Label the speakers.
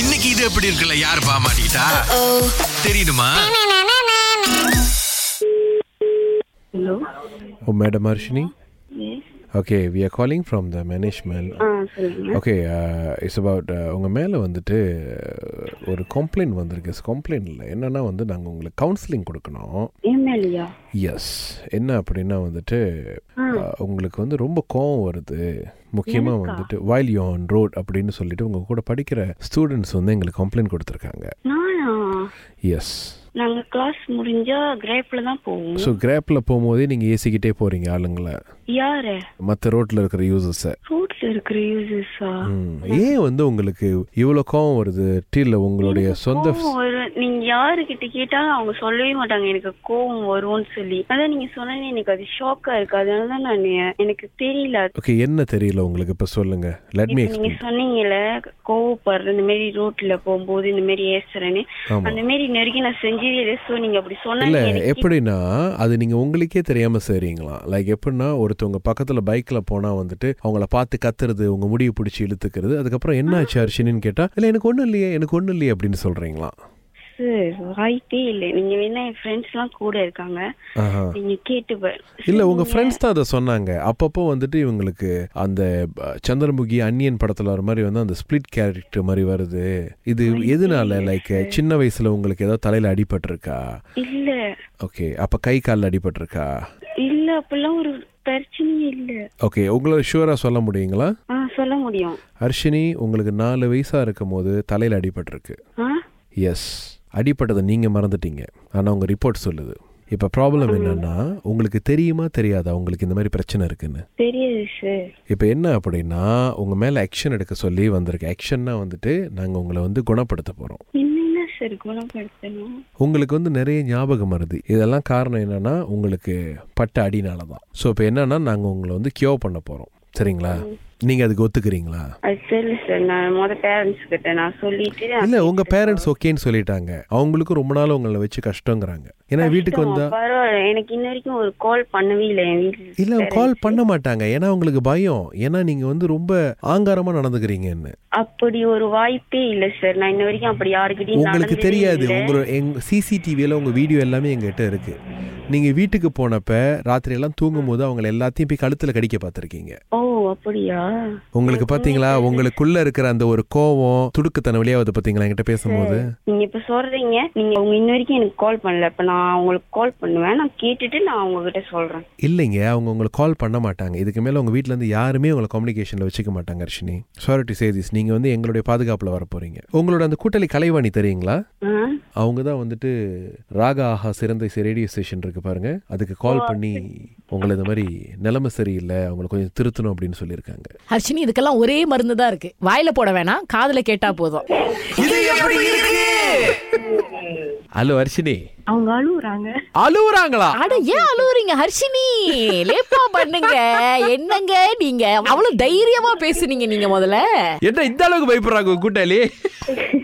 Speaker 1: இன்னைக்கு இது எப்படி இருக்குல்ல யார் பாமாட்டா தெரியுமா
Speaker 2: Hello.
Speaker 3: Oh, Madam Arshini?
Speaker 2: Yes. Uh-huh.
Speaker 3: Okay, we are calling from the management.
Speaker 2: ஆ சொல்லுங்க
Speaker 3: Okay, uh, it's about uh, உங்கள் மேலே வந்துட்டு uh, ஒரு கம்ப்ளைண்ட் வந்திருக்கு கம்ப்ளைண்ட்டில் என்னென்னா வந்து நாங்கள் உங்களுக்கு கவுன்சிலிங் கொடுக்கணும்
Speaker 2: எம்எல்ஏயா
Speaker 3: எஸ் என்ன அப்படின்னா வந்துட்டு uh, உங்களுக்கு வந்து ரொம்ப கோவம் வருது முக்கியமாக வந்துட்டு while you're on ரோட் அப்படின்னு சொல்லிட்டு உங்கள் கூட படிக்கிற ஸ்டூடெண்ட்ஸ் வந்து எங்களுக்கு கம்ப்ளைண்ட் கொடுத்துருக்காங்க
Speaker 2: நானா
Speaker 3: எஸ்
Speaker 2: நாங்க கிளாஸ் முடிஞ்சா கிரேப்ல தான் போவோம்
Speaker 3: ஸோ கிராப்பில் போகும்போதே நீங்கள் ஏசிக்கிட்டே போகிறீங்க ஆளுங்களை
Speaker 2: யாரு
Speaker 3: மற்ற ரோட்டில் இருக்கிற யூசர்ஸை
Speaker 2: ரோட்ல இருக்கிற யூசஸா
Speaker 3: ம். ஏன் வந்து உங்களுக்கு இவ்வளோ கோவம் வருது டீல உங்களுடைய சொந்த
Speaker 2: ஒரு நீங்க யாருகிட்ட கேட்டாலும் அவங்க சொல்லவே மாட்டாங்க எனக்கு கோவம் வரும்னு சொல்லி அதான் நீங்க சொன்னீங்க எனக்கு அது ஷாக்கா இருக்கு அதனால தான் நான் எனக்கு தெரியல
Speaker 3: ஓகே என்ன தெரியல உங்களுக்கு இப்போ சொல்லுங்க லெட் மீ
Speaker 2: இப்ப நீங்க சொன்னீங்கல்ல கோவப்படுற இந்த மாதிரி ரோட்ல போகும்போது இந்த மாதிரி ஏசுறேன்னு
Speaker 3: ஆமா.
Speaker 2: அந்த மாதிரி நெருக்கி நான் செஞ்சதே இல்லை சோ நீங்க அப்படி
Speaker 3: இல்ல
Speaker 2: சொன்னீங்க
Speaker 3: எப்படின்னா அது நீங்க உங்களுக்கே தெரியாம செய்றீங்களா லைக் எப்படின்னா ஒருத்தவங்க பக்கத்துல பைக்ல போனா வந்துட்டு அவங்கள பார்த்து கத்துறது உங்க முடியை பிடிச்சி இழுத்துக்கிறது அதுக்கப்புறம் என்ன ஆச்சு அர்ஷினின்னு கேட்டா இல்ல எனக்கு ஒண்ணும் இல்லையே எனக்கு ஒண்ணும் இல்லையே அப்படின்னு சொல்றீங்களா
Speaker 2: சார் வாய்ப்பே இல்லை நீங்க வேணா என் ஃப்ரெண்ட்ஸ் எல்லாம் கூட இருக்காங்க
Speaker 3: ஆஹா.
Speaker 2: நீங்க கேட்டு பாரு.
Speaker 3: இல்ல உங்க ஃப்ரெண்ட்ஸ் தான் அதை சொன்னாங்க அப்பப்போ வந்துட்டு இவங்களுக்கு அந்த அஹ், சந்திரமுகி அன்னியன் படத்துல ஒரு மாதிரி வந்து அந்த ஸ்பிளிட் கேரக்டர் மாதிரி வருது இது எதனால லைக் சின்ன வயசுல உங்களுக்கு ஏதாவது தலையில அடிபட்டிருக்கா
Speaker 2: இல்ல
Speaker 3: ஓகே அப்ப கை காலில் அடிபட்டிருக்கா
Speaker 2: இல்ல அப்பெல்லாம் ஒரு பிரச்சனையே இல்ல
Speaker 3: ஓகே உங்களால ஷூரா சொல்ல முடியுங்களா
Speaker 2: ஆ சொல்ல முடியும்
Speaker 3: அர்ஷினி உங்களுக்கு நாலு வயசா இருக்கும் போது தலையில அடிபட்டிருக்கு
Speaker 2: ஆ
Speaker 3: எஸ் அடிபட்டதை நீங்க மறந்துட்டீங்க ஆனா உங்க ரிப்போர்ட் சொல்லுது இப்ப ப்ராப்ளம் என்னன்னா உங்களுக்கு தெரியுமா தெரியாதா உங்களுக்கு இந்த மாதிரி பிரச்சனை இருக்குன்னு
Speaker 2: தெரியாது சார்
Speaker 3: இப்போ என்ன அப்படின்னா உங்கள் மேலே ஆக்ஷன் எடுக்க சொல்லி வந்திருக்கு ஆக்ஷன்னா வந்துட்டு நாங்கள் உங்களை வந்து குணப்படுத்த போகிறோம்
Speaker 2: என்னென்ன சார் குணப்படுத்தணும்
Speaker 3: உங்களுக்கு வந்து நிறைய ஞாபகம் வருது இதெல்லாம் காரணம் என்னன்னா உங்களுக்கு பட்ட அடினால தான் ஸோ இப்போ என்னன்னா நாங்கள் உங்களை வந்து கியோ பண்ண போகிறோம் சரிங்களா நீங்கள் அதுக்கு ஒத்துக்கிறீங்களா
Speaker 2: அது தெரியல சார் நான் முத பேரண்ட்ஸ் கிட்ட நான் சொல்லிட்டு
Speaker 3: இல்லை உங்கள் பேரண்ட்ஸ் ஓகேன்னு சொல்லிட்டாங்க அவங்களுக்கும் ரொம்ப நாள் உங்களை வச்சு கஷ்டங்கிறாங்க ஏன்னா வீட்டுக்கு வந்தா
Speaker 2: பரவாயில்ல எனக்கு இன்ன வரைக்கும் ஒரு கால் பண்ணவே இல்லை என் வீட்டுல
Speaker 3: இல்லை கால் பண்ண மாட்டாங்க ஏன்னா உங்களுக்கு பயம் ஏன்னா நீங்கள் வந்து ரொம்ப ஆங்காரமாக நடந்துக்கிறீங்கன்னு
Speaker 2: அப்படி ஒரு வாய்ப்பே இல்ல சார் நான் இன்ன வரைக்கும் அப்படி யாருக்கிட்டையும்
Speaker 3: உங்களுக்கு
Speaker 2: நடந்ததே
Speaker 3: தெரியாது
Speaker 2: இல்ல.
Speaker 3: உங்களோட எங் சிசிடிவியில் உங்கள் வீடியோ எல்லாமே எங்ககிட்ட இருக்குது நீங்கள் வீட்டுக்கு போனப்ப ராத்திரியெல்லாம் தூங்கும்போது அவங்கள எல்லாத்தையும் போய் கழுத்தில் கடிக்க பார்த்துருக்கீங்க
Speaker 2: ஓ அப்படியா
Speaker 3: உங்களுக்கு பார்த்தீங்களா உங்களுக்குள்ளே இருக்கிற அந்த ஒரு கோவம் துடுக்குத்தன வழியாக வருது பார்த்தீங்களா என்கிட்ட பேசும்போது
Speaker 2: நீங்க இப்ப சொல்றீங்க நீங்க அவங்க இன்ன வரைக்கும் எனக்கு கால் பண்ணல இப்ப நான் உங்களுக்கு கால் பண்ணுவேன் நான் கேட்டுட்டு நான் உங்ககிட்ட சொல்றேன்
Speaker 3: இல்லைங்க அவங்க உங்களுக்கு கால் பண்ண மாட்டாங்க இதுக்கு மேலே உங்கள் வீட்டிலேருந்து யாருமே உங்களை கம்யூனிகேஷனில் வச்சுக்க மாட்டாங்க Arshini sorry to say this நீங்கள் வந்து எங்களுடைய பாதுகாப்பில் வர போகிறீங்க உங்களோட அந்த கூட்டாளி கலைவாணி தெரியுங்களா
Speaker 2: ஆ?
Speaker 3: அவங்க தான் வந்துட்டு ராகா ஆஹா சிறந்த ரேடியோ ஸ்டேஷன் இருக்கு பாருங்க அதுக்கு கால் பண்ணி உங்களை இந்த மாதிரி நிலைமை சரியில்லை அவங்களை கொஞ்சம் திருத்தணும் அப்படின்னு சொல்லியிருக்காங்க
Speaker 4: ஹர்ஷினி இதுக்கெல்லாம் ஒரே மருந்து தான் இருக்கு வாயில போட வேணாம் காதுல கேட்டா போதும்
Speaker 3: ஹலோ அர்ஷினி
Speaker 2: அவங்க அழுவுறாங்க
Speaker 3: அழுவுறாங்களா
Speaker 4: அட ஏன் அழுவுறீங்க ஹர்ஷினி லேப்பா பண்ணுங்க என்னங்க நீங்க அவ்வளவு தைரியமா பேசுனீங்க நீங்க முதல்ல
Speaker 3: என்ன இந்த அளவுக்கு பயப்படுறாங்க உங்க கூட்டாளி